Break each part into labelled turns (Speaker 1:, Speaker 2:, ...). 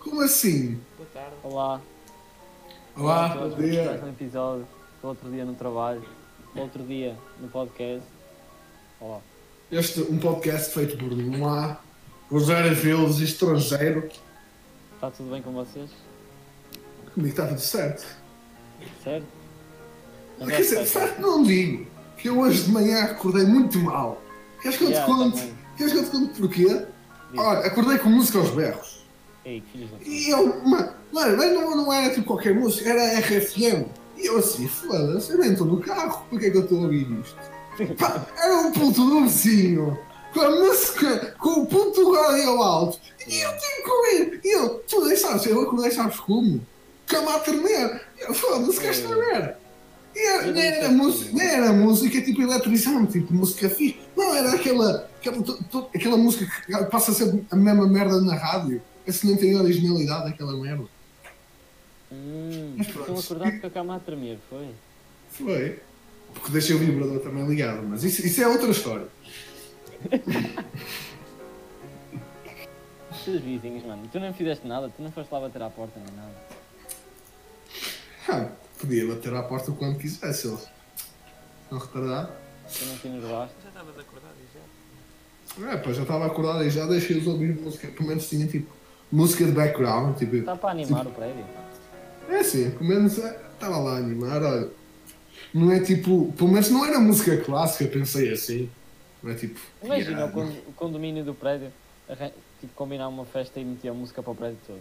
Speaker 1: Como assim?
Speaker 2: Boa tarde.
Speaker 3: Olá.
Speaker 1: Olá,
Speaker 3: Jorge,
Speaker 1: bom
Speaker 3: como estás
Speaker 1: dia.
Speaker 3: no episódio, do outro dia no trabalho, do outro dia no podcast. Olá.
Speaker 1: Este um podcast feito por um lá, Rogério Vilas, estrangeiro.
Speaker 3: Está tudo bem com vocês?
Speaker 1: Comigo está tudo certo. Ah,
Speaker 3: Certo? Mas
Speaker 1: Quer dizer,
Speaker 3: é
Speaker 1: de
Speaker 3: certo.
Speaker 1: facto não digo. Que eu hoje de manhã acordei muito mal. Queres que eu te
Speaker 3: Yeah,
Speaker 1: conte?
Speaker 3: também.
Speaker 1: Queres que eu te conte porquê?
Speaker 3: Diz.
Speaker 1: Olha, acordei com música aos berros.
Speaker 3: Ei, que filhos da puta.
Speaker 1: E eu, ma- mano, mas não, não era tipo qualquer música, era RFM. E eu assim, foda-se, eu nem estou no carro, porque é que eu estou a ouvir isto? Pá, era um puto do vizinho, com a música, com o puto do rádio alto. E eu tenho que ouvir. E eu, tu nem sabes, eu acordei, sabes como? Cama a tremer. E eu, foda-se, queres
Speaker 3: É.
Speaker 1: saber? E era,
Speaker 3: Eu
Speaker 1: nem,
Speaker 3: não
Speaker 1: era
Speaker 3: sei
Speaker 1: música,
Speaker 3: como.
Speaker 1: nem era música tipo eletrizante, tipo música fixe. Não, era aquela, aquela, to- to- aquela música que passa a ser a mesma merda na rádio. Esse nem tem originalidade, aquela merda.
Speaker 3: Hum,
Speaker 1: Mas
Speaker 3: estão
Speaker 1: pronto.
Speaker 3: acordados com a cama a tremer, foi?
Speaker 1: Foi. Porque deixei o vibrador também ligado, mas isso, isso é outra história.
Speaker 3: Os teus vizinhos, mano. Tu não fizeste nada, tu não foste lá bater à porta nem nada.
Speaker 1: Ah, podia bater à porta quando quisesse, eles. Não retardar.
Speaker 3: Tu não te enervaste.
Speaker 2: Já estavas acordado e já?
Speaker 1: É, pá, já estava acordado e já deixei-os ouvir música. Pelo menos tinha tipo música de background, tipo.
Speaker 3: Está para animar o prédio.
Speaker 1: É assim, pelo menos é, estava lá a animar, olha. Não é tipo. Pelo menos não era música clássica, pensei assim. Não é tipo.
Speaker 3: Imagina
Speaker 1: yeah,
Speaker 3: o, con- o condomínio do prédio arran- tipo, combinar uma festa e meter a música para o prédio todo.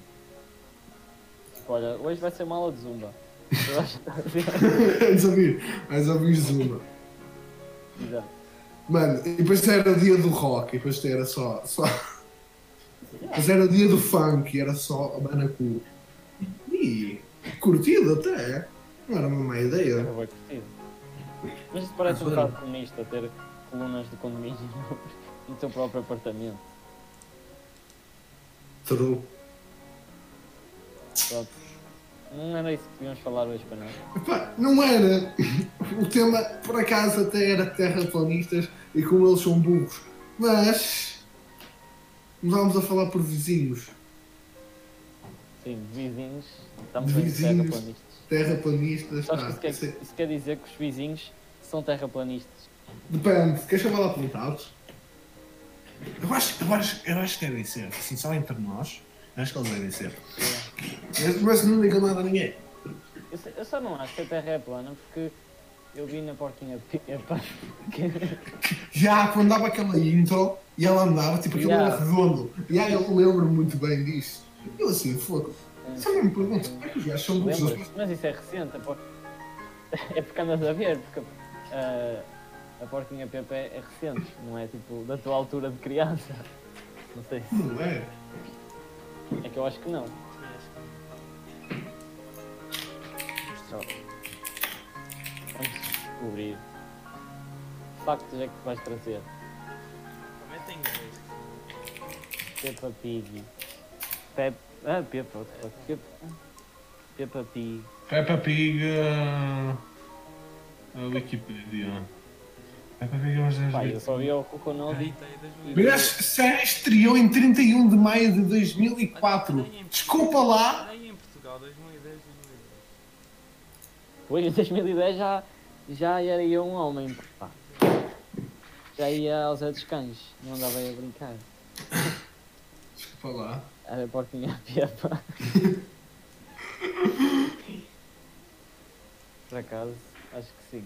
Speaker 3: Tipo, olha, hoje vai ser uma aula de zumba. Eu acho que- tá
Speaker 1: Vais ouvir, vais ouvir Zuma.
Speaker 3: Exato.
Speaker 1: Mano, e depois era dia do rock, e depois era só. só... Mas era dia do funk, e era só a Banacu. E curtido até. Não era uma má ideia.
Speaker 3: Eu vou curtir. Mas isso parece um
Speaker 1: Adoro.
Speaker 3: bocado comunista ter colunas de condomínio no teu próprio apartamento.
Speaker 1: True.
Speaker 3: Pronto. Não era isso que devíamos falar hoje para nós.
Speaker 1: Epá, não era. O tema, por acaso, até era terraplanistas e como eles são burros. Mas. Vamos a falar por vizinhos.
Speaker 3: Sim, vizinhos. Estamos
Speaker 1: De
Speaker 3: bem
Speaker 1: vizinhos. Ah,
Speaker 3: terraplanistas.
Speaker 1: Terraplanistas.
Speaker 3: Sabes que
Speaker 1: pá,
Speaker 3: isso, quer,
Speaker 1: sei-
Speaker 3: isso quer dizer que os vizinhos são terraplanistas.
Speaker 1: Depende, queres chamar lá apontados? Eu acho, eu, acho, eu acho que devem ser, assim, só entre nós. Eu acho que eles devem ser. É. Mas, mas não digam nada a ninguém.
Speaker 3: Eu, se- eu só não acho que a terra é plana porque eu vi na porquinha de Pepa que
Speaker 1: Já quando dava aquela intro e ela andava, tipo, aquilo
Speaker 3: Yeah.
Speaker 1: era redondo. E aí eu lembro-me muito bem disso. Eu assim, fogo. Só me pergunto, como é que os gajos são burros? Eles-
Speaker 3: lembras? Mas isso é recente. a por- É porque andas a ver, porque ah, a porquinha Pepa é, é recente, não é tipo da tua altura de criança. Não sei se
Speaker 1: Não é?
Speaker 3: é que eu acho que não. Só. Vamos descobrir. Que Factos é que tu vais trazer.
Speaker 2: Também tenho dois.
Speaker 3: Peppa Pig. Pep... Ah, Peppa. what the fuck, Peppa... Peppa Pig.
Speaker 4: Peppa Pig. ah, A Wikipedia. Peppa Pig é umas das
Speaker 3: Pá, eu
Speaker 4: vezes-
Speaker 3: só vi o Coco não ouvi.
Speaker 2: Deitei das
Speaker 1: Mas série estreou em 31 de maio de 2004. Desculpa lá.
Speaker 2: Aí em Portugal, 2010, 2010.
Speaker 3: Pois, em 2010 já, já era eu um homem, pá. Já ia aos outros cães, não andava aí a brincar.
Speaker 1: Desculpa lá.
Speaker 3: Era a porquinha a Peppa. Por acaso, acho que sim.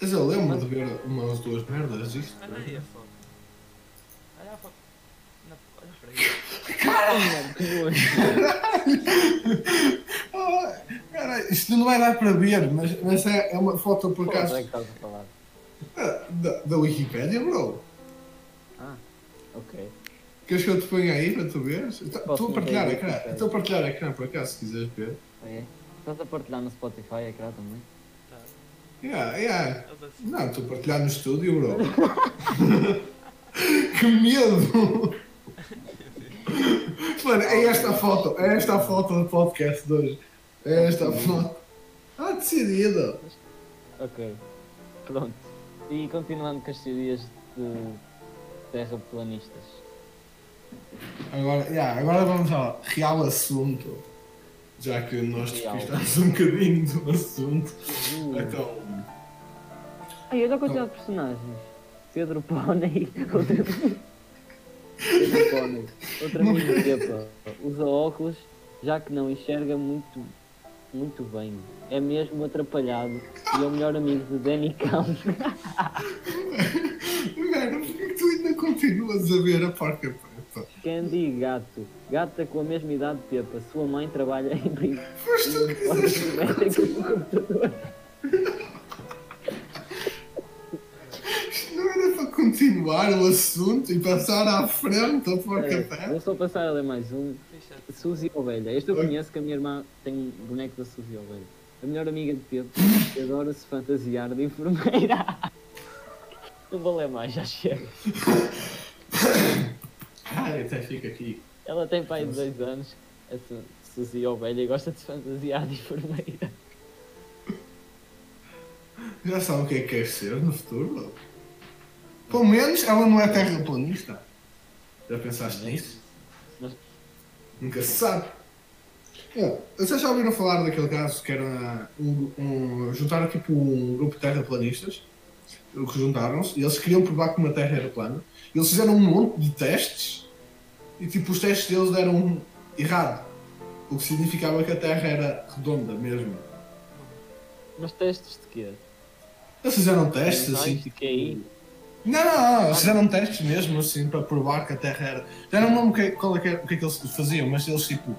Speaker 1: Mas eu lembro de ver umas duas merdas disto.
Speaker 2: Olha aí a foto. Olha a foto. Na... Olha para aí.
Speaker 3: Mano, que nojo.
Speaker 1: Ah, Cara, isto não vai dar para ver, mas, mas é, é uma foto por
Speaker 3: Pô, onde
Speaker 1: acaso
Speaker 3: é que estás a falar?
Speaker 1: da, da- da Wikipédia, bro.
Speaker 3: Ok.
Speaker 1: Queres que eu te ponha aí para tu veres? Eu ta-
Speaker 3: Posso
Speaker 1: Estou a partilhar a
Speaker 3: meter aí,
Speaker 1: ecrã,
Speaker 3: ok.
Speaker 1: estou a partilhar a ecrã por acaso, se quiseres ver.
Speaker 3: É. Estás a partilhar no Spotify, é claro também.
Speaker 2: Tá.
Speaker 1: Yeah, yeah.
Speaker 2: Ele assim.
Speaker 1: Não, estou a partilhar no estúdio, bro. que medo! Mano, é esta a foto, é esta a foto do podcast de hoje. É esta a foto. Ah, decidido!
Speaker 3: Ok. Pronto. E continuando com as teorias de terraplanistas.
Speaker 1: Agora, yeah, agora vamos ao real assunto. Já que nós
Speaker 3: Real.
Speaker 1: despistámos um bocadinho do assunto.
Speaker 3: Uh.
Speaker 1: Então,
Speaker 3: Ai, Ah, olha a quantidade de personagens. Pedro Pony, outra Pedro Pony, outra mulher, usa óculos, já que não enxerga muito, muito bem. É mesmo atrapalhado e é o melhor amigo de Danny Camp.
Speaker 1: velho, por que tu ainda continuas a ver a porca preta?
Speaker 3: Candy Gato. Gata com a mesma idade de Pepa. Sua mãe trabalha em brinquedos
Speaker 1: Foste tu que disseste.
Speaker 3: elétricos no computador.
Speaker 1: Isto não era para continuar o assunto e passar à frente a porca
Speaker 3: É,
Speaker 1: preta?
Speaker 3: vou só passar a ler mais um.
Speaker 2: Deixa de
Speaker 3: Suzy Ovelha. Este eu
Speaker 1: Oi.
Speaker 3: conheço que a minha irmã tem um boneco da Suzy Ovelha. A melhor amiga de Pedro que adora se fantasiar de enfermeira. Não vou ler mais, já chega.
Speaker 4: Ah, até fica aqui.
Speaker 3: Ela tem pai de dois anos, a Su- Suzy Ovelha, e gosta de se fantasiar de enfermeira.
Speaker 1: Já sabe o que é que quer ser no futuro? Pelo menos ela não é terraplanista. Já pensaste nisso?
Speaker 3: Mas-
Speaker 1: Nunca se sabe. É, vocês já ouviram falar daquele caso que era um, um- juntaram tipo um grupo de terraplanistas que juntaram-se e eles queriam provar que uma terra era plana. Eles fizeram um monte de testes e tipo os testes deles deram um errado. O que significava que a terra era redonda mesmo.
Speaker 3: Mas testes de quê?
Speaker 1: Eles fizeram testes assim.
Speaker 3: Mentais de QI?
Speaker 1: Não, não, não, eles fizeram testes mesmo, assim, para provar que a Terra era. Já não me lembro o que- qual é que era- o que é que eles faziam, mas eles, tipo.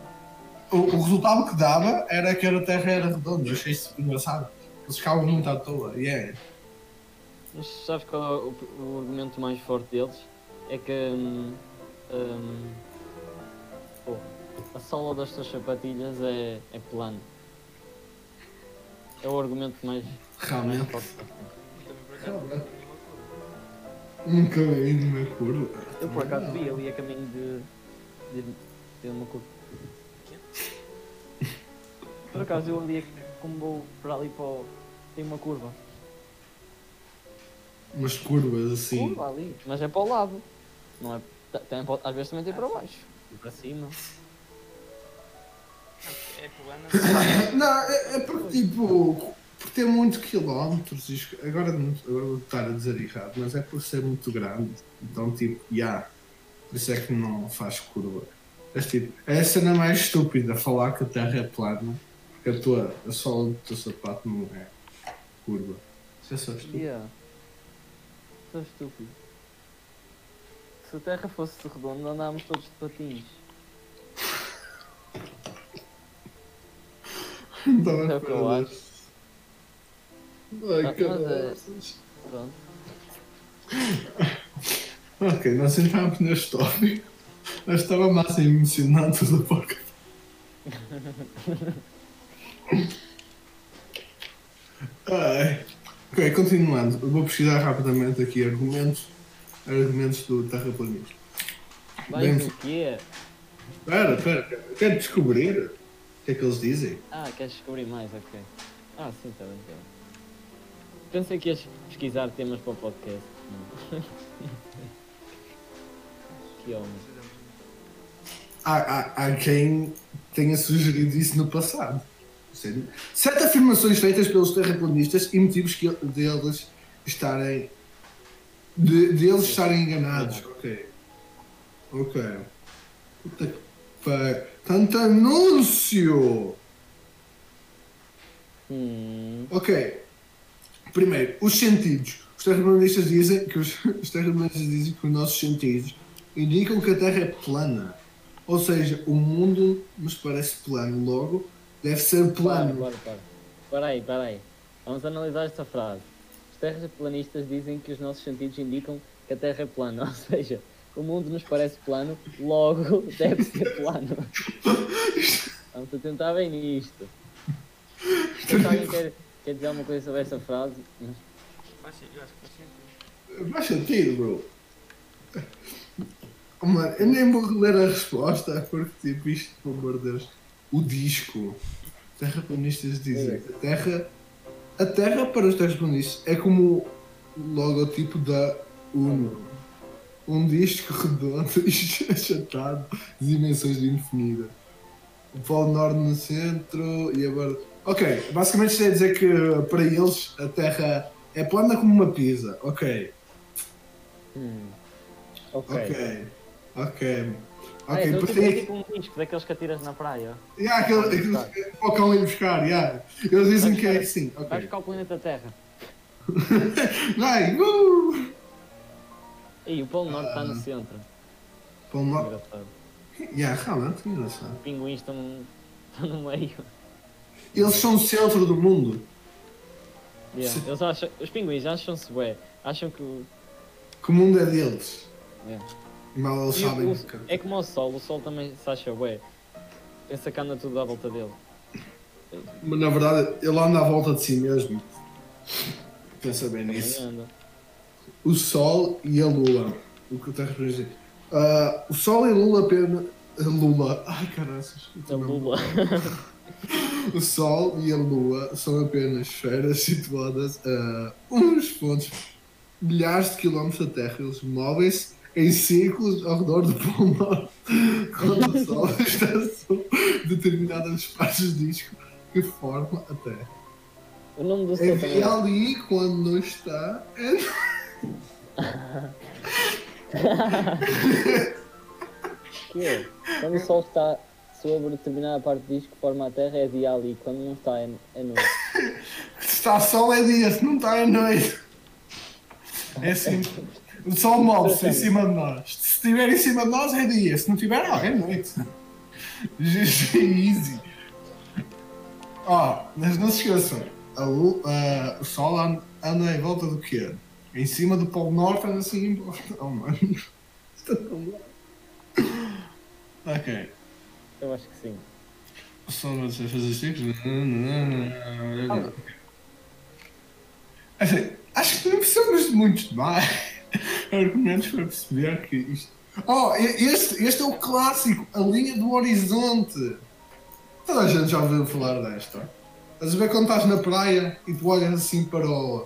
Speaker 1: O, o resultado que dava era que a Terra era redonda, eu achei isso engraçado. Eles ficavam muito à toa, e é.
Speaker 3: Mas sabes qual é o, o argumento mais forte deles? É que hum, hum, pô, a sola das tuas sapatilhas é, é plana. É o argumento mais, mais
Speaker 1: Realmente.
Speaker 3: forte.
Speaker 2: Também por acaso não vi nenhuma coisa.
Speaker 1: Nunca vi nenhuma curva.
Speaker 3: Eu por acaso vi ali a caminho de, de, de uma curva. Por acaso eu ali, é como vou para ali para o. Tem uma curva.
Speaker 1: Umas curvas assim.
Speaker 3: Curva ali, mas é para o lado. Não é, ta- também pode- às vezes também tem para baixo. E para cima.
Speaker 2: É plana.
Speaker 1: Não, é, é porque, tipo. Por ter muitos quilómetros, e esco- agora, não- agora vou estar a dizer errado, mas é por ser muito grande. Então, tipo, já. Por isso é que não faz curva. Mas, tipo, é a cena mais estúpida falar que a terra é plana, porque a tua a sola do teu sapato não é curva. Isso é só estúpido.
Speaker 3: Yeah. Sou estúpido. Se a Terra fosse redonda, andávamos todos de patins.
Speaker 1: Não estava à
Speaker 3: É o que eu
Speaker 1: espera
Speaker 3: acho. Ah,
Speaker 1: disso. Então, Ai,
Speaker 3: Mas- é.
Speaker 1: caralho.
Speaker 3: Pronto.
Speaker 1: Ok, nós entramos na história. Eu estava mais emocionado da porca. Ai. Ok, continuando. Eu vou pesquisar rapidamente aqui argumentos. Argumentos do terraplanismo.
Speaker 3: Mais
Speaker 1: Bem-
Speaker 3: o é. quê?
Speaker 1: Espera, espera, espera. eu quero descobrir o que é que eles dizem.
Speaker 3: Ah, queres descobrir mais? Ok. Ah, sim, está bem, tá bem. Pensei que ias pesquisar temas para o podcast. Não. que homem.
Speaker 1: Há, há, há quem tenha sugerido isso no passado. Sério? Sete afirmações feitas pelos terraplanistas e motivos que, deles estarem. De, de eles estarem enganados. Ok. Ok. Puta que pariu. Tanto anúncio!
Speaker 3: Hum.
Speaker 1: Ok. Primeiro, os sentidos. Os terraplanistas dizem que os, os terraplanistas dizem que os nossos sentidos indicam que a Terra é plana. Ou seja, o mundo nos parece plano, logo deve ser
Speaker 3: Para,
Speaker 1: plano.
Speaker 3: para, para. Para aí, para aí. Vamos analisar esta frase. Os terraplanistas dizem que os nossos sentidos indicam que a Terra é plana, ou seja, o mundo nos parece plano, logo deve ser plano. Vamos atentar bem nisto. Se alguém quer, quer dizer alguma coisa sobre esta frase, mas
Speaker 2: Faz sen- Eu acho que
Speaker 1: Faz
Speaker 2: faz sentido.
Speaker 1: sentido, bro. Oh, Mano, eu nem vou ler a resposta porque tipo isto, pelo amor de Deus. O disco. Os terraplanistas dizem que a Terra. A Terra para os terraplanistas é como o logotipo da UNO. um disco redondo e achatado de dimensões do infinito. O Polo Norte no centro e agora. Ok, basicamente isto é dizer que para eles a Terra é plana como uma pizza. Ok,
Speaker 3: Hum.
Speaker 1: ok,
Speaker 3: Ok.
Speaker 1: ok. Ok,
Speaker 3: Ah, então
Speaker 1: depois
Speaker 3: tipo, é
Speaker 1: tem
Speaker 3: tipo um disco daqueles que atiras na praia.
Speaker 1: Yeah, aquele, aquele o cão ir buscar, yeah. Eles dizem que é assim,
Speaker 3: Vai
Speaker 1: ok.
Speaker 3: buscar o planeta Terra.
Speaker 1: Vai, uh!
Speaker 3: E o Polo Norte está no centro.
Speaker 1: Pão Norte.
Speaker 3: Engraçado.
Speaker 1: Yeah, realmente, é engraçado.
Speaker 3: Pinguins estão estão no meio.
Speaker 1: Eles são o centro do mundo.
Speaker 3: Yeah,
Speaker 1: Sim.
Speaker 3: eles acham, os pinguins acham-se bué. Acham que o-
Speaker 1: Que o mundo é deles.
Speaker 3: Yeah.
Speaker 1: Mal eles
Speaker 3: É. e o-
Speaker 1: sabem. um
Speaker 3: o- é como o sol, o sol também se acha bué. Pensa que anda tudo à volta dele.
Speaker 1: Mas na verdade, ele anda à volta de si mesmo. Pensa bem
Speaker 3: Também
Speaker 1: nisso.
Speaker 3: anda.
Speaker 1: O Sol e a Lula. O que eu tenho a dizer. Ah, o Sol e a Lula apenas. A Lula. Ai, caraças. eu
Speaker 3: A
Speaker 1: também-
Speaker 3: É lula.
Speaker 1: O Sol e a Lua são apenas esferas situadas a uns pontos milhares de quilómetros da Terra. Eles movem-se em círculos ao redor do Polo Norte quando o Sol está sobre determinadas partes do disco que formam a Terra.
Speaker 3: O nome do
Speaker 1: É
Speaker 3: sol também.
Speaker 1: bem ali quando não está. É...
Speaker 3: Que é? Quando o sol está sobre determinada parte do disco, forma a terra, é dia ali. Quando não está, é, é noite.
Speaker 1: Se está sol é dia, se não está é noite. É assim. O sol move-se em cima de nós. Se estiver em cima de nós é dia, se não tiver, não, é noite. GG easy. Ó, mas não se esqueçam, a lu- a- o sol an- anda em volta do quê? Em cima do Polo Norte anda assim em volta. Oh, mano. Isto é tão bom. Ok.
Speaker 3: Eu acho que sim.
Speaker 4: Só não sei fazer ciclos.
Speaker 1: Assim, acho que não precisamos de muitos mais argumentos para perceber que isto. Oh, e- este, este é o clássico, a linha do horizonte. Toda a gente já ouviu falar desta. Estás a ver quando estás na praia e tu olhas assim para o,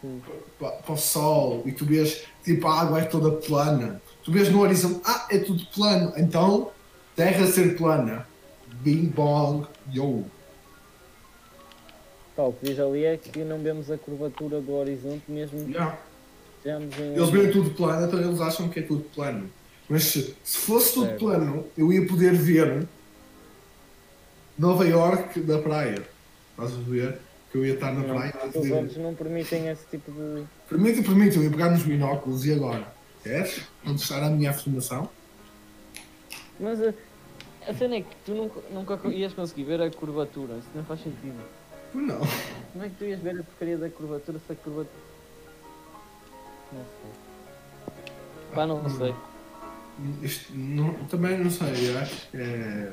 Speaker 3: Sim.
Speaker 1: pa- para, o sol e tu vês tipo a água é toda plana. Tu vês no horizonte, ah, é tudo plano. Então, terra ser plana. Bing bong, yo.
Speaker 3: Pá, o que diz ali é que não vemos a curvatura do horizonte mesmo que
Speaker 1: Yeah.
Speaker 3: estejamos em.
Speaker 1: Eles veem tudo plano, então eles acham que é tudo plano. Mas se, se fosse tudo
Speaker 3: Certo.
Speaker 1: plano, eu ia poder ver Nova York da praia. Estás a ver? Que eu ia estar na
Speaker 3: Não,
Speaker 1: praia. a
Speaker 3: os
Speaker 1: dizer,
Speaker 3: olhos não permitem esse tipo de.
Speaker 1: Permite, permite, eu ia pegar nos binóculos e agora? Queres? Vão testar a minha afirmação?
Speaker 3: Mas a, a cena é que tu nunca, nunca co- ias conseguir ver a curvatura, isso não faz sentido.
Speaker 1: Pois não.
Speaker 3: Como é que tu ias ver a porcaria da curvatura se a curvatura. Não sei. Pá, não sei.
Speaker 1: Isto não- também não sei, eu acho que é.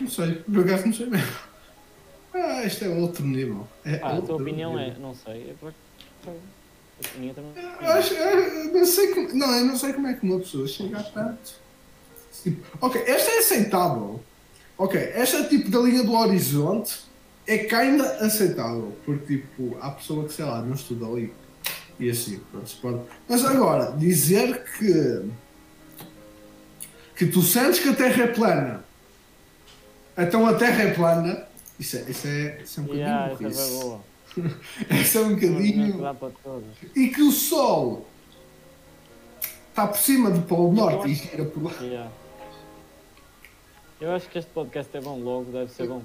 Speaker 1: Não sei, por acaso não sei mesmo. Ah, isto é outro nível. É
Speaker 3: Ah, a
Speaker 1: outro
Speaker 3: tua opinião
Speaker 1: nível.
Speaker 3: é. Não sei. Eu por- sei. A minha também.
Speaker 1: Eu acho- é um eu não, sei como, não, eu não sei como é que uma pessoa chega a tanto. Tipo, ok, esta é aceitável. Ok, esta tipo da linha do horizonte é kinda aceitável. Porque tipo, há pessoa que sei lá, não estuda ali. E assim, pronto, se pode. Mas agora, dizer que. que tu sentes que a Terra é plana. Então a Terra é plana. Isso é, isso é, isso é um bocadinho.
Speaker 3: Yeah, essa
Speaker 1: burrice.
Speaker 3: é boa.
Speaker 1: isso é um
Speaker 3: Não
Speaker 1: bocadinho
Speaker 3: dá para todos.
Speaker 1: e que o Sol está por cima do Polo Norte e
Speaker 3: acho-
Speaker 1: gira por lá.
Speaker 3: Yeah. Eu acho que este podcast é bom logo, deve ser bom.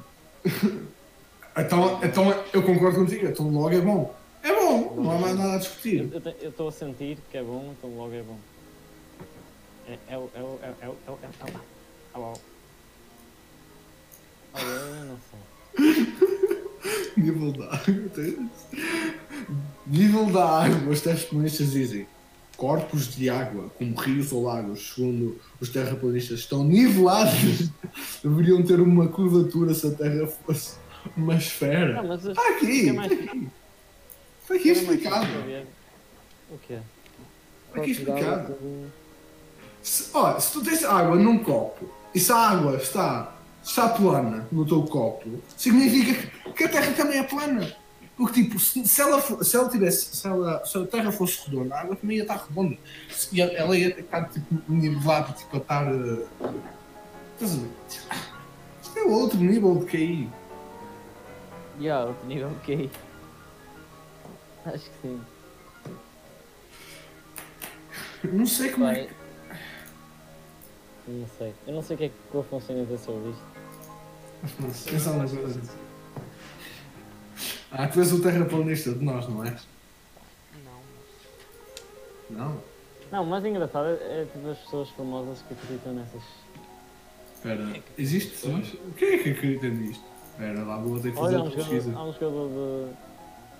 Speaker 1: Então, então eu concordo contigo, então logo é bom. É bom, não há mais nada a discutir.
Speaker 3: Eu estou a sentir que é bom, então logo é bom. É, é, o- é, o- é, o- é, o- é, o- é, o- é, o- Ah, eu não sei.
Speaker 1: Nível da água. Nível da água, os terraplanistas dizem. Corpos de água, como rios ou lagos, segundo os terraplanistas, estão nivelados. Deveriam ter uma curvatura se a Terra fosse uma
Speaker 3: Não,
Speaker 1: esfera.
Speaker 3: mas eu-
Speaker 1: Está aqui,
Speaker 3: Fica mais- É
Speaker 1: está aqui. Está aqui
Speaker 3: eu não sei
Speaker 1: explicado.
Speaker 3: saber. O quê?
Speaker 1: Está aqui explicado.
Speaker 3: Portugal,
Speaker 1: Se, olha, se tu tens água num copo e se a água está, está plana no teu copo, significa que a Terra também é plana. Porque, tipo, se, se ela, fo- se ela tivesse. Se, ela, se a Terra fosse redonda, a água também ia estar redonda. Se- E ela ia estar, tipo, nivelada, tipo, a estar. eh, Estás a ver? Isto é outro nível de KI.
Speaker 3: Ya, outro nível ok. Acho que sim.
Speaker 1: Não sei como é
Speaker 3: Vai.
Speaker 1: que.
Speaker 3: Não sei. Eu não sei o que é que eu funciono a dizer sobre isto.
Speaker 1: Não sei, pensa uma coisa. Ah, tu és o terraplanista de nós, não é? és?
Speaker 2: Não, mas.
Speaker 1: Não.
Speaker 3: Não, o mais engraçado é, é tipo as pessoas famosas que acreditam nessas.
Speaker 4: Espera,
Speaker 1: É Existe pessoas? Quem é que acredita nisto? Espera lá, vou ter que fazer
Speaker 3: Olha, há um
Speaker 1: uma pesquisa.
Speaker 3: jogador, há um jogador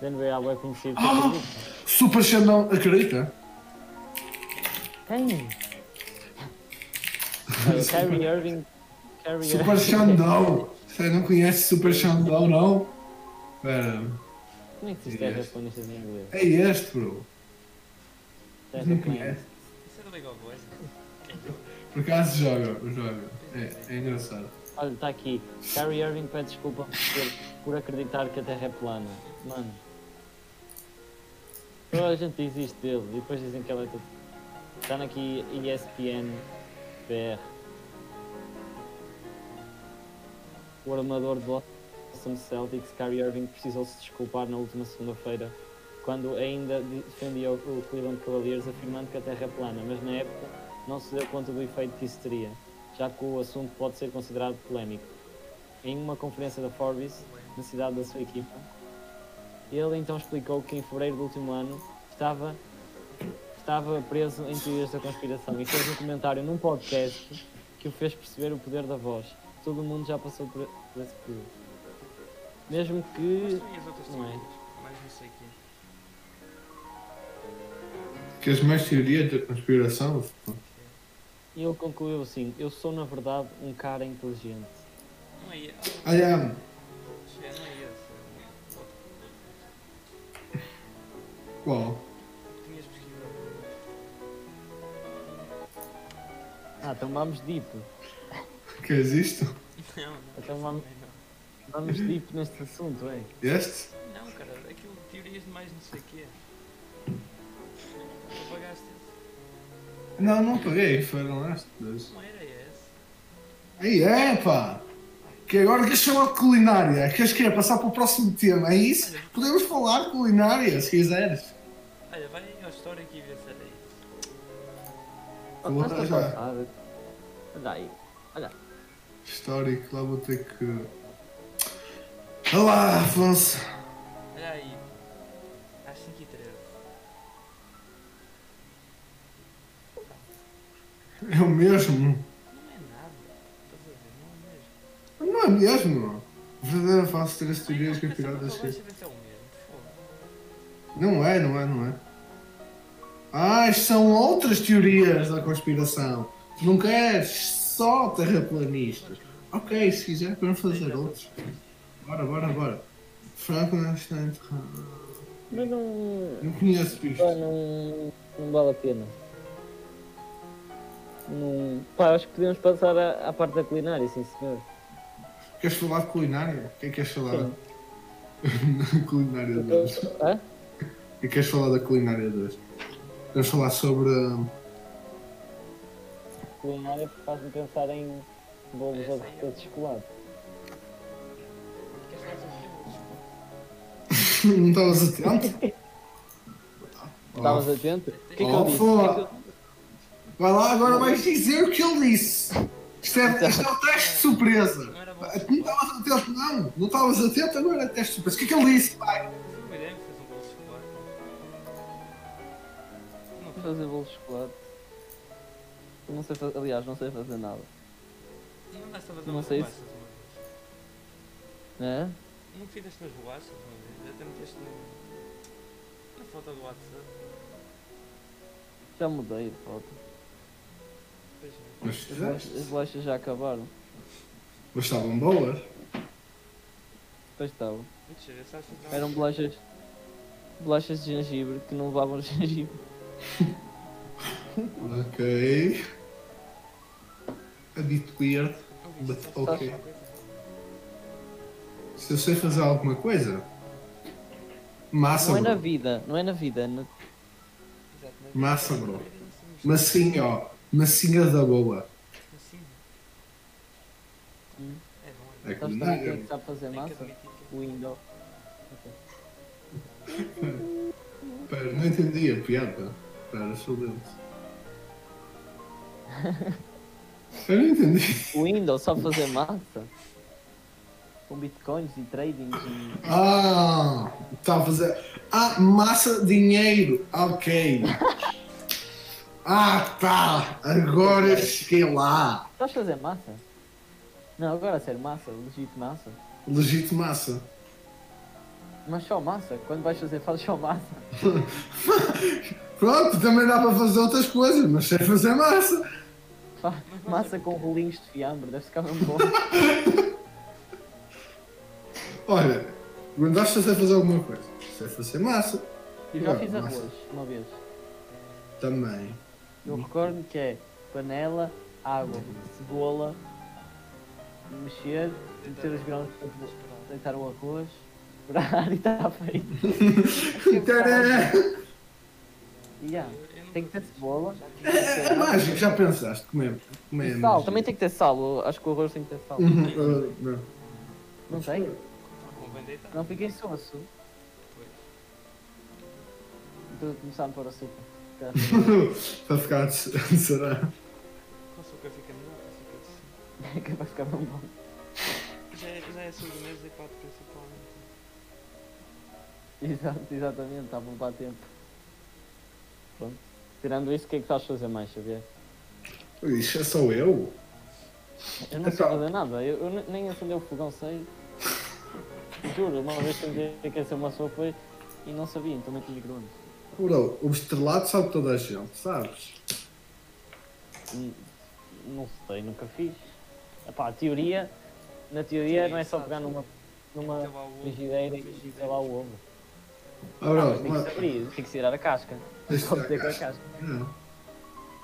Speaker 3: de, de NBA bem conhecido. que
Speaker 1: Ah!
Speaker 3: acredita.
Speaker 1: Super Xandão acredita?
Speaker 3: Quem? Olha, Kyrie Irving. Kyrie
Speaker 1: Super Xandão! Você não conhece Super Xandão, não? Espera,
Speaker 3: Como é que se diz
Speaker 4: Yes.
Speaker 3: terraplanistas em inglês?
Speaker 1: é este, bro. Não
Speaker 3: Terraplanistas.
Speaker 1: conhece.
Speaker 2: Isso era League of Legends.
Speaker 1: Por acaso joga, joga. É, é engraçado.
Speaker 3: Olha, está aqui. Kyrie Irving pede desculpa por, ter- por acreditar que a Terra é plana. Mano. Toda a gente diz isto dele e depois dizem que ela é tudo. Tá Está aqui ESPN BR. O armador do Boston Celtics, Kyrie Irving, precisou se desculpar na última segunda-feira quando ainda defendia o- o Cleveland Cavaliers afirmando que a Terra é plana, mas na época não se deu conta do efeito que isso teria, já que o assunto pode ser considerado polémico. Em uma conferência da Forbes, na cidade da sua equipa, ele então explicou que em fevereiro do último ano estava, estava preso em teorias da conspiração e fez um comentário num podcast que o fez perceber o poder da voz. Todo mundo já passou por, por esse período. Mesmo
Speaker 2: Mas
Speaker 3: que
Speaker 2: tem as outras
Speaker 3: Não é.
Speaker 2: teorias. Mas não sei o quê.
Speaker 1: Queres mais teoria da conspiração?
Speaker 3: E ele concluiu assim: Eu sou, na verdade, um cara inteligente.
Speaker 2: Não é esse.
Speaker 1: I am.
Speaker 2: Não é esse.
Speaker 1: Qual?
Speaker 2: Tinhas pesquisado.
Speaker 3: Ah, então vamos deep.
Speaker 1: Queres isto?
Speaker 2: Não, não.
Speaker 3: Então vamos-
Speaker 2: também não.
Speaker 3: Vamos deep neste assunto, é?
Speaker 1: Este?
Speaker 2: Não, cara, aquilo de teorias de mais não sei o quê. Apagaste esse.
Speaker 1: Não, não paguei, foram estas.
Speaker 2: Não era esse.
Speaker 1: Aí é, pá! Que agora queres falar de culinária? Queres que é passar para o próximo tema? É isso? Podemos falar de culinária, se quiseres.
Speaker 2: Olha, vai ao histórico e vê se é era isso.
Speaker 1: Eu vou atrás já.
Speaker 3: Olha aí.
Speaker 1: Histórico, lá vou ter que. Olá, Afonso!
Speaker 2: Olha aí. Às 5 e 13.
Speaker 1: É o mesmo?
Speaker 2: Não é nada. Estás a ver? Não é mesmo.
Speaker 1: Não é mesmo? Verdadeira faço três teorias
Speaker 2: Ai, não,
Speaker 1: campeonatas
Speaker 2: pensa
Speaker 1: que. é
Speaker 2: que eu vou lá, Deixa eu ver se é o mesmo. Foda-se.
Speaker 1: Não é, não é, não é. Ah, isto são outras teorias da conspiração. Tu não queres só terraplanistas. Ok, se quiser, podemos fazer outros. Bora, bora, bora. Franco não está enterrado.
Speaker 3: Mas não.
Speaker 1: Não conheço
Speaker 3: pá,
Speaker 1: isto.
Speaker 3: não. Não vale a pena. Não. Pá, acho que podemos passar à, à parte da culinária, sim senhor.
Speaker 1: Queres falar de culinária? O que é que queres falar?
Speaker 3: Sim.
Speaker 1: da culinária de hoje.
Speaker 3: Hã?
Speaker 1: O que é que queres falar da culinária de hoje? Queres falar sobre. hum,
Speaker 3: Culinária faz-me pensar em bolos
Speaker 2: Essa
Speaker 3: a
Speaker 2: aí
Speaker 3: derreter de chocolate.
Speaker 2: Queres falar sobre isso?
Speaker 1: não estavas atento?
Speaker 3: Estavas
Speaker 1: Oh,
Speaker 3: atento? O que é que
Speaker 1: Oh,
Speaker 3: eu disse? O que é que
Speaker 1: foda.
Speaker 3: eu-
Speaker 1: Vai lá, agora vais dizer o que ele disse. Isto é, isto é
Speaker 3: Então.
Speaker 1: um teste de surpresa.
Speaker 2: Não era bom.
Speaker 1: Não estavas atento, não. Não estavas atento, agora é teste de surpresa. O que é que ele disse? Vai.
Speaker 2: O Guilherme fez um gol de chocolate. Não
Speaker 3: Vou
Speaker 2: fez.
Speaker 3: fazer bolo de chocolate. Eu não sei fazer, aliás, não sei fazer nada.
Speaker 2: Não andaste a fazer
Speaker 3: Não
Speaker 2: umas
Speaker 3: sei
Speaker 2: bolachas
Speaker 3: se-
Speaker 2: uma vez?
Speaker 3: Né?
Speaker 2: Não fizeste umas bolachas uma vez? Até meteste no... na foto do WhatsApp.
Speaker 3: Já mudei de foto.
Speaker 2: Pois não.
Speaker 1: Mas
Speaker 3: As bolachas- As bolachas já acabaram.
Speaker 1: Mas estavam boas.
Speaker 3: Pois estavam.
Speaker 2: Deixa eu ver, sabes que
Speaker 3: Eram bolachas. Bolachas de gengibre que não levavam gengibre.
Speaker 1: Ok. Habituir.
Speaker 3: um
Speaker 1: But ok. Se eu sei fazer alguma coisa, Massa,
Speaker 3: Não é na
Speaker 1: bro.
Speaker 3: vida, não é na vida. é na-
Speaker 2: Exatamente.
Speaker 1: Massa, bro. Massinha, ó. Massinha da boa.
Speaker 2: Massinha.
Speaker 3: Hum.
Speaker 2: É bom, é
Speaker 1: É
Speaker 2: bom.
Speaker 1: que
Speaker 3: Sabes
Speaker 1: não
Speaker 3: também quem é que
Speaker 1: é.
Speaker 3: sabe fazer
Speaker 2: Tem que
Speaker 3: massa?
Speaker 2: admitir que é
Speaker 3: O Windows.
Speaker 1: Pera, não entendi a piada. Pera, sou lento. Eu não entendi.
Speaker 3: O Windows sabe fazer massa? Com bitcoins e trading e.
Speaker 1: Ah, tá a fazer. Ah, massa, dinheiro. Ok. Ah, tá. Agora cheguei lá.
Speaker 3: Sabes fazer massa? Não, agora a sério, massa, legítimo massa.
Speaker 1: Legito massa.
Speaker 3: Mas só massa, quando vais fazer, fazes só massa.
Speaker 1: Pronto, também dá para fazer outras coisas, mas sei fazer massa.
Speaker 3: Fa- Massa com rolinhos de fiambre, deve ficar mesmo bom.
Speaker 1: Olha, mandaste sei fazer alguma coisa. Sei fazer massa.
Speaker 3: Eu já
Speaker 1: Não,
Speaker 3: fiz
Speaker 1: massa.
Speaker 3: arroz uma vez.
Speaker 1: Também.
Speaker 3: Eu recordo que é panela, água, cebola, mexer, meter os grãos, de cebola, deitar o arroz, esperar e está feito.
Speaker 1: Tadã!
Speaker 3: E já.
Speaker 2: Eu não
Speaker 3: Tem que ter cebola.
Speaker 1: É mágico, já pensaste como é? Como é
Speaker 3: E
Speaker 1: mágico?
Speaker 3: sal, também tem que ter sal, eu acho que o arroz tem que ter sal.
Speaker 1: Uhum, uh, não.
Speaker 3: Não tem?
Speaker 2: convém deitar.
Speaker 3: Não fiquei sonso.
Speaker 2: Pois.
Speaker 3: Então começaram a pôr açúcar.
Speaker 1: Para ficar de será?
Speaker 2: Com açúcar fica melhor, com açúcar de cima.
Speaker 3: Que vai ficar bem bom.
Speaker 2: Já é, já é sobremesa e prato principal.
Speaker 3: Ah,
Speaker 2: então.
Speaker 3: Exato, exatamente, está a poupar tempo. Pronto. Tirando isso, o que é que estás a fazer mais, Xavier?
Speaker 1: Isto é só eu?
Speaker 3: Eu não
Speaker 1: Então-
Speaker 3: sei fazer nada, eu, eu ne- nem acender o fogão sei. Juro, uma vez tentei aquecer uma sopa e não sabia, então meti micro-ondas.
Speaker 1: Bro, o estrelado sabe toda a gente, sabes?
Speaker 3: Hum, Não sei, nunca fiz. Epá, a teoria, na teoria
Speaker 2: Sim,
Speaker 3: não é só
Speaker 2: sabes,
Speaker 3: pegar numa,
Speaker 2: Então
Speaker 3: numa
Speaker 2: vá o ovo,
Speaker 3: frigideira e
Speaker 2: frigideira.
Speaker 3: dizer lá o ovo.
Speaker 1: Ah,
Speaker 3: Ah, mas
Speaker 1: bro,
Speaker 3: tem que
Speaker 1: uma...
Speaker 3: se abrir, tem que se tirar a casca.
Speaker 1: Tem que
Speaker 3: Só
Speaker 1: tirar a
Speaker 3: meter com a
Speaker 1: casca.
Speaker 3: casca.
Speaker 1: Não.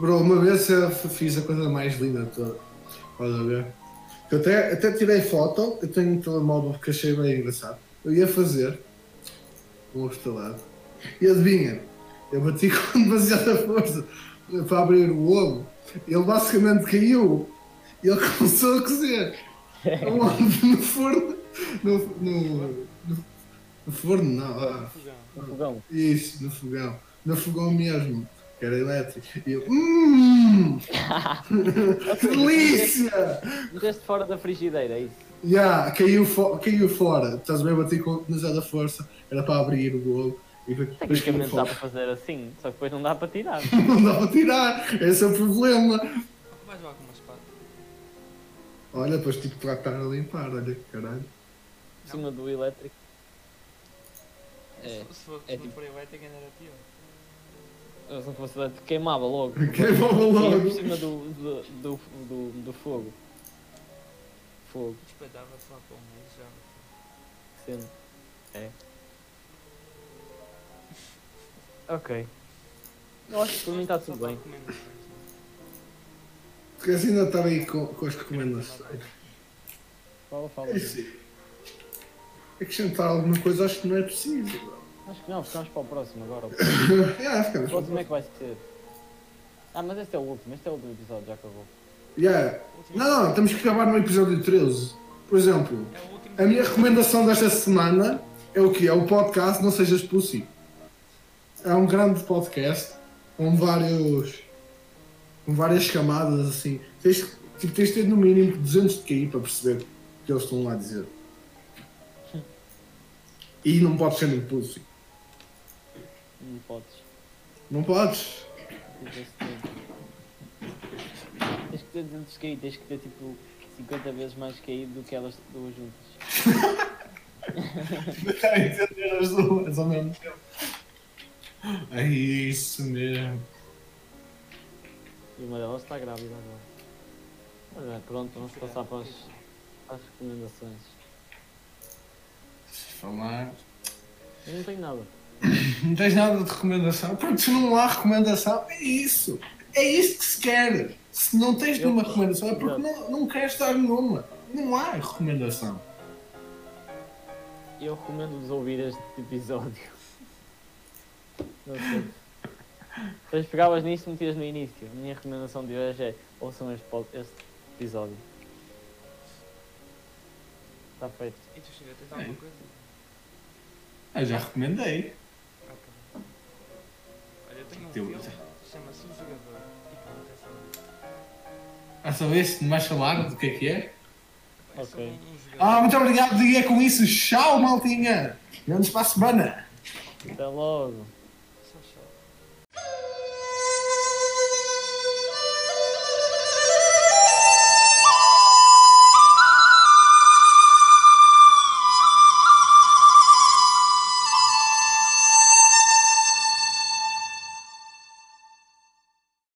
Speaker 1: Bro, uma vez eu f- fiz a coisa mais linda de toda. Olha a ver. Eu até, até tirei foto, eu tenho um telemóvel que achei bem engraçado. Eu ia fazer um estrelado. E adivinha, eu bati com demasiada força para abrir o ovo. Ele basicamente caiu e ele começou a cozer. O ovo no forno. No, no, no- no forno, não. ah,
Speaker 2: fogão.
Speaker 3: No fogão.
Speaker 1: isso, no fogão. No fogão mesmo, que era elétrico. E eu, mmm, que delícia!
Speaker 3: Meteste fora da frigideira, é isso.
Speaker 1: Ya, caiu, fo- caiu fora. Estás bem a bater com demasiada força. Era para abrir o bolo. E depois caiu
Speaker 3: Tecnicamente dá para
Speaker 1: fora.
Speaker 3: fazer assim, só que depois não dá para tirar.
Speaker 1: Não dá para tirar. Esse é o problema.
Speaker 2: Mas vá com uma espada.
Speaker 1: Olha, depois tive que lá estar a limpar. Olha, que caralho.
Speaker 3: Por cima do elétrico. É,
Speaker 2: Se- Se for
Speaker 3: é
Speaker 2: se for
Speaker 3: tipo-
Speaker 2: por aí, vai ter que andar a pior.
Speaker 3: se não fosse elétrico queimava logo.
Speaker 1: Queimava
Speaker 3: Ia por
Speaker 1: logo.
Speaker 3: cima do, do, do, do, do fogo. Fogo,
Speaker 2: Espetava-se lá para um mês já.
Speaker 3: sendo. É. Ok. Eu acho que por mim está
Speaker 2: Só
Speaker 3: tudo
Speaker 2: para
Speaker 3: bem.
Speaker 2: recomendações, né?
Speaker 1: Porque assim ainda estava aí com, com as recomendações.
Speaker 3: Fala, fala.
Speaker 1: É assim. Acrescentar alguma coisa acho que não é preciso. bro.
Speaker 3: Acho que não, ficamos para o próximo agora.
Speaker 1: Ya, ficamos.
Speaker 3: O próximo é que vai ser. Ah, mas este é o último, este é o último episódio, já acabou.
Speaker 1: Ya. Não, não, temos que acabar no episódio 13. Por exemplo,
Speaker 2: É o último.
Speaker 1: a minha recomendação desta semana é o quê? É o podcast Não Sejas Pussy. É um grande podcast com vários. com várias camadas assim. Tens, tipo, tens de ter no mínimo 200 de KI para perceber o que eles estão lá a dizer. E não podes ser um pussy.
Speaker 3: Não podes.
Speaker 1: Não podes.
Speaker 3: Tens esse tempo. Tens que ter tantos caídos, tens que ter tipo 50 vezes mais caído do que elas duas juntas.
Speaker 1: entender as duas ao mesmo tempo.
Speaker 4: É isso mesmo.
Speaker 3: E uma delas está grávida agora. Mas é, pronto, vamos passar para as, para as recomendações.
Speaker 4: Se falar.
Speaker 3: Eu não tenho nada.
Speaker 1: Não tens nada de recomendação? Porque se não há recomendação, é isso. É isso que se quer. Se não tens
Speaker 3: Eu-
Speaker 1: nenhuma recomendação, é porque não, não queres dar nenhuma. Não há recomendação.
Speaker 3: Eu recomendo-vos ouvir este episódio. Não sei. Depois pegavas nisto e metias no início. A minha recomendação de hoje é ouçam este, pod- este episódio. Está feito.
Speaker 2: E tu chega, tens alguma coisa?
Speaker 1: Ah, já recomendei.
Speaker 2: Ah, tá. Olha, eu tenho um
Speaker 1: Teu-
Speaker 2: filme, chama-se O Jogador. E pronto, é só isso.
Speaker 1: Ah, só este, mais falar do que é que é?
Speaker 2: É só
Speaker 3: Ok.
Speaker 2: um, um jogador.
Speaker 1: Ah, muito obrigado e é com isso. Tchau, maltinha.
Speaker 5: Vemos para a semana.
Speaker 3: Até logo.